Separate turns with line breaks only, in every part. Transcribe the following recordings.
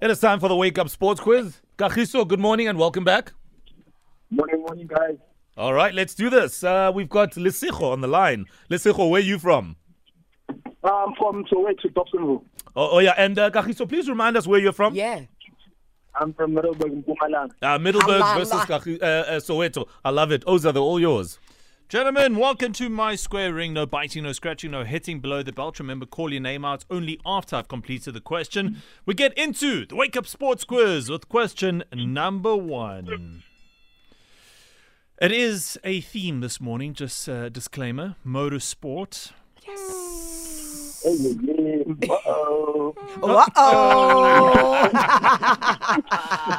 It is time for the Wake Up Sports Quiz. Kahiso, good morning and welcome back.
Morning, morning, guys.
All right, let's do this. Uh, we've got Lesijo on the line. Lesijo, where are you from?
I'm from Soweto, Dobsonville.
Oh, oh yeah, and uh, Kagiso, please remind us where you're from.
Yeah.
I'm from Middleburg, Mpumalanga.
Uh, Middleburg
Allah,
versus
Allah.
Kahi- uh, uh, Soweto. I love it. Oza, they're all yours.
Gentlemen, welcome to my square ring. No biting, no scratching, no hitting below the belt. Remember, call your name out only after I've completed the question. We get into the Wake Up Sports Quiz with question number one. It is a theme this morning, just uh, disclaimer motorsport.
Hey, yeah, yeah. Uh-oh.
Oh, Uh-oh.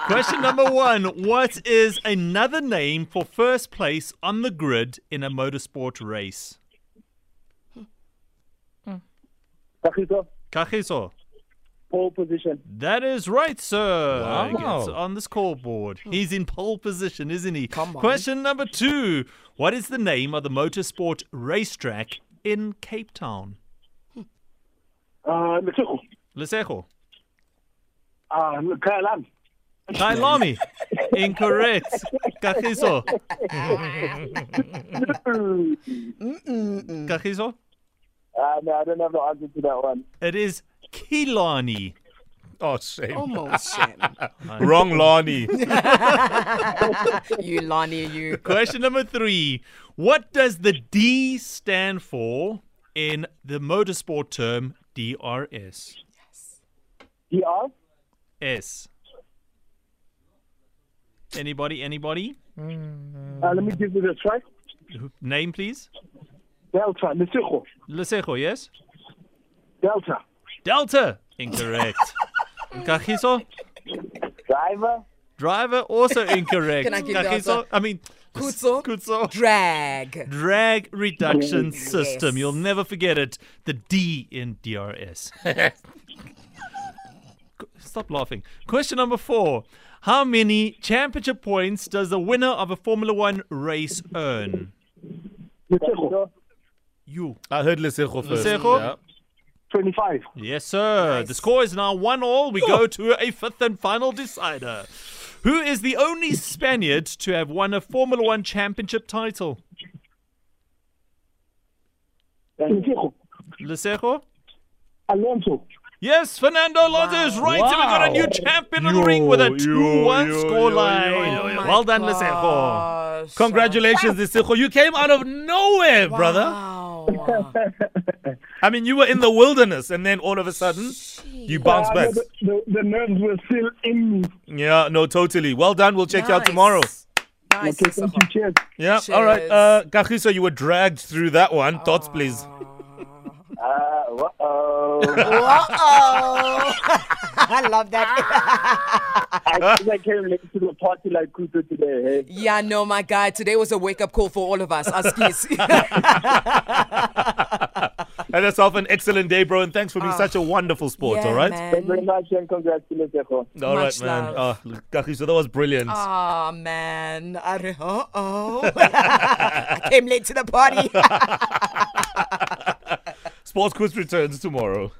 Question number one What is another name for first place on the grid in a motorsport race?
Kagiso,
Kagiso.
pole position.
That is right, sir.
Wow.
Gets on the scoreboard. He's in pole position, isn't he?
Hmm. Come on.
Question number two. What is the name of the motorsport racetrack in Cape Town?
Uh, Lesego.
Lesego.
Uh, Kailan.
Kailami. Incorrect. Kagiso.
Hmm.
Kagiso.
Uh, no, I don't have the answer to that one.
It is Kilani.
Oh, shame.
Almost shame.
Wrong Lonnie.
You Lonnie, you.
Question number three. What does the D stand for in the motorsport term DRS?
DR?
S. Anybody, anybody?
Uh, let me give you the try.
Who- Name, please.
Delta, Lesego.
Lesejo, yes?
Delta.
Delta. Incorrect. Kagiso.
Driver?
Driver, also incorrect.
Can I give the
Kagiso,
answer?
I mean,
Kutso.
Kutso.
Drag.
Drag reduction
Yes.
system. You'll never forget it. The D in DRS. Qu- Stop laughing. Question number four. How many championship points does the winner of a Formula One race earn?
Lesego.
You.
I heard Lesejo first.
Lesego?
25.
Yes, sir. The score is now one all. We go to a fifth and final decider. Who is the only Spaniard to have won a Formula One championship title?
Lesego.
Lesejo?
Alonso.
Yes, Fernando Alonso is right. So we got a new champion in the ring with a 2 1
Oh
scoreline. well done,
Oh.
Lesejo.
Lesejo.
Congratulations, Lesejo. You came out of nowhere,
Oh,
brother. I mean, you were in the wilderness, and then all of a sudden, you bounced
Uh,
back.
the, the, the nerves were still in me.
Yeah, no, totally. Well done. We'll check you out tomorrow.
Nice.
Okay, thank you. Cheers.
Yeah, all right.
Cheers.
Uh, Kagiso, you were dragged through that one. Thoughts, please.
Uh, uh-oh.
Uh-oh. I love that.
I think I came late to the party like Kuto today. Hey?
yeah, no, my guy. Today was a wake-up call for all of us, us kids.
Oh, And that's off an excellent day, bro. And thanks for being
Ah.
such a wonderful sport, all right?
Thank you very much and congrats to Lesego.
All right,
Much
man.
love.
Oh, Kagiso, that was brilliant.
Oh man, I re- uh-oh. I came late to the party.
Sports Quiz returns tomorrow.